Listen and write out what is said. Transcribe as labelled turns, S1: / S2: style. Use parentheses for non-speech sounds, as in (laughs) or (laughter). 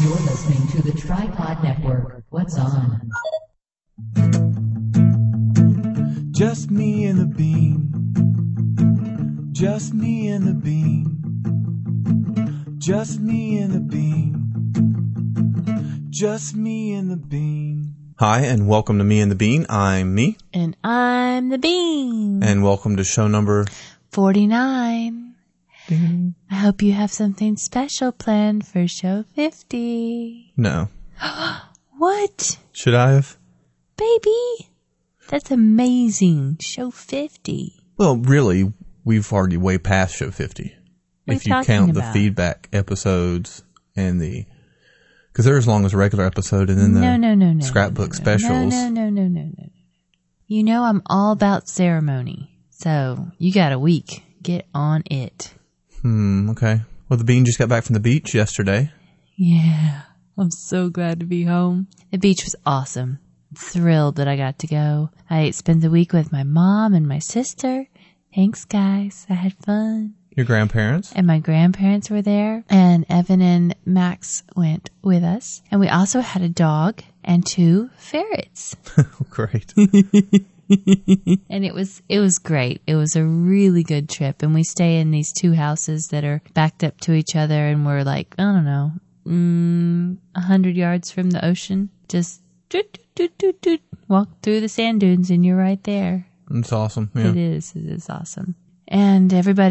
S1: You're listening to the Tripod Network. What's on?
S2: Just me and the bean. Just me and the bean. Just me and the bean. Just me and the bean.
S3: Hi, and welcome to Me and the Bean. I'm me,
S4: And I'm the bean.
S3: and welcome to show number.
S4: 49. I hope you have something special planned for show 50.
S3: No.
S4: What?
S3: Should I have?
S4: Baby? That's amazing. Show 50.
S3: Well, really, we've already way past show 50.
S4: What are
S3: if
S4: you
S3: you
S4: talking
S3: count the
S4: about?
S3: feedback episodes and the. Because they're as long as a regular episode, and then the
S4: no, no, no, no.
S3: scrapbook
S4: no, no,
S3: specials.
S4: No, no, no, no, no, no. You know I'm all about ceremony. So you got a week. Get on it.
S3: Hmm, okay. Well, the bean just got back from the beach yesterday.
S4: Yeah. I'm so glad to be home. The beach was awesome. Thrilled that I got to go. I spent the week with my mom and my sister. Thanks, guys. I had fun.
S3: Your grandparents?
S4: And my grandparents were there, and Evan and Max went with us. And we also had a dog and two ferrets.
S3: Oh, (laughs) great.
S4: and it was it was great. It was a really good trip, and we stay in these two houses that are backed up to each other, and we're like I don't know, mm, a hundred yards from the ocean. Just doot, doot, doot, doot, doot. walk through the sand dunes, and you're right there.
S3: That's awesome. Yeah.
S4: It is it is awesome, and everybody.